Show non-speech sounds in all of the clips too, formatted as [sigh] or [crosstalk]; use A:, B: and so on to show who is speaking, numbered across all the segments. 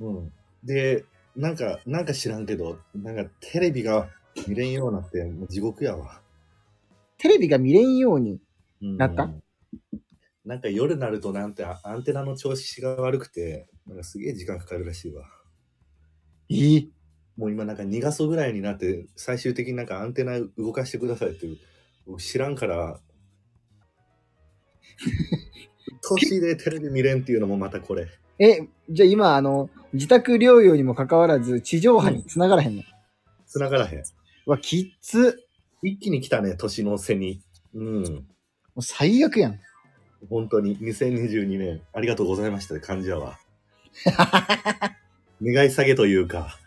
A: うん。で、なんか、なんか知らんけど、なんかテレビが見れんようになって、もう地獄やわ。
B: テレビが見れんように。
A: うん
B: なった
A: なんか夜になるとなんてあアンテナの調子が悪くて、なんかすげえ時間かかるらしいわ。
B: ええ
A: もう今なんか2画素ぐらいになって、最終的になんかアンテナ動かしてくださいって、僕知らん [laughs] から、年でテレビ見れんっていうのもまたこれ。
B: え、じゃあ今、あの、自宅療養にもかかわらず、地上波に繋がらへんの。
A: 繋がらへん。
B: うわ、きっつ。
A: 一気に来たね、年の瀬に。うん。
B: もう最悪やん。
A: 本当に、2022年、ありがとうございましたって感じやわ。願い下げというか、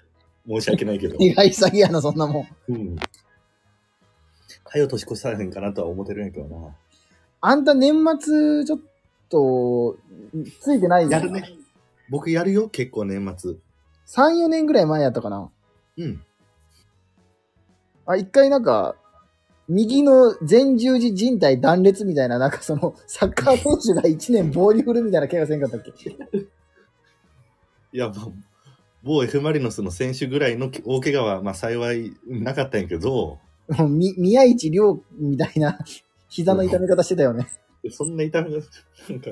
A: 申し訳ないけど。
B: 意外詐欺やな、そんなもん。
A: うん。はよ年越されへんかなとは思ってるんやけどな。
B: あんた年末、ちょっと、ついてない
A: やるね。僕やるよ、結構年末。
B: 3、4年ぐらい前やったかな。
A: うん。
B: あ、一回なんか、右の前十字靭帯断裂みたいな、なんかその、サッカー選手が1年棒に振るみたいな怪我せんかったっけ [laughs]
A: いや、もう、某 F ・マリノスの選手ぐらいの大怪我は、まあ幸いなかったんやけど、
B: もうみ、宮市亮みたいな膝の痛め方してたよね。
A: そんな痛みが、なんか、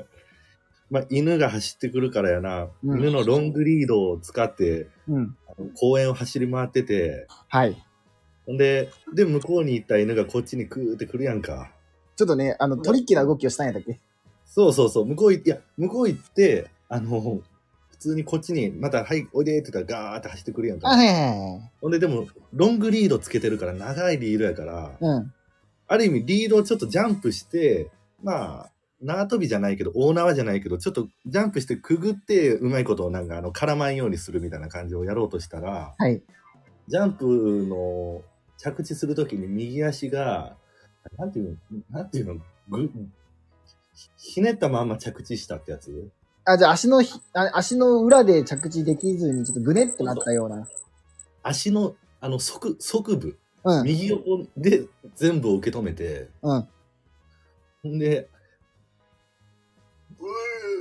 A: まあ犬が走ってくるからやな、
B: うん
A: 犬のロングリードを使って、
B: うん。
A: あの公園を走り回ってて、
B: はい。
A: ほんで、で、向こうに行った犬がこっちにクーってくるやんか。
B: ちょっとね、あの、トリッキーな動きをしたんやったっけ
A: そうそうそう、向こう行って、いや、向こう行って、あの、普通にこっちに、また、はい、おいでって言ったらガーって走ってくるやん
B: あ、
A: か。
B: はいはいはい。
A: ほんで、でも、ロングリードつけてるから、長いリードやから、
B: うん。
A: ある意味リードをちょっとジャンプして、まあ、縄跳びじゃないけど、大縄じゃないけど、ちょっとジャンプしてくぐって、うまいことをなんかあの絡まんようにするみたいな感じをやろうとしたら、
B: はい。
A: ジャンプの着地するときに右足が、なんていうの、なんていうの、ぐ、ひひねったまんま着地したってやつ
B: あ、じゃあ足のひあ、足の裏で着地できずに、ちょっとぐねってなったような。
A: 足の、あの、側、側部、
B: うん。
A: 右横で全部を受け止めて、
B: うん。
A: ほんで、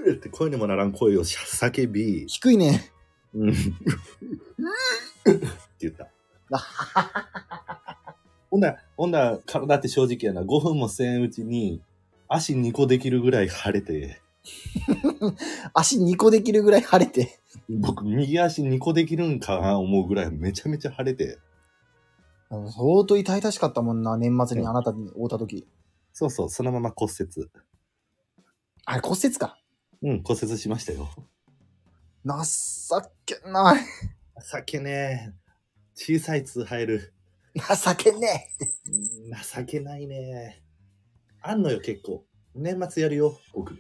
A: ブーって声にもならん声を叫び、
B: 低いね。
A: うんって言
B: [laughs]
A: った。ほんなら、ほんなら、体って正直やな、5分もせんうちに、足2個できるぐらい腫れて、
B: 足2個できるぐらい腫れて。
A: 僕、右足2個できるんかな思うぐらいめちゃめちゃ腫れて、
B: あの相当痛々しかったもんな、年末にあなたに会うた時
A: そうそう、そのまま骨折。
B: あれ骨折か。
A: うん、骨折しましたよ。
B: 情けない。
A: 情けねえ。小さい痛入る。
B: 情けねえ。
A: 情けないねあんのよ、結構。年末やるよ、僕。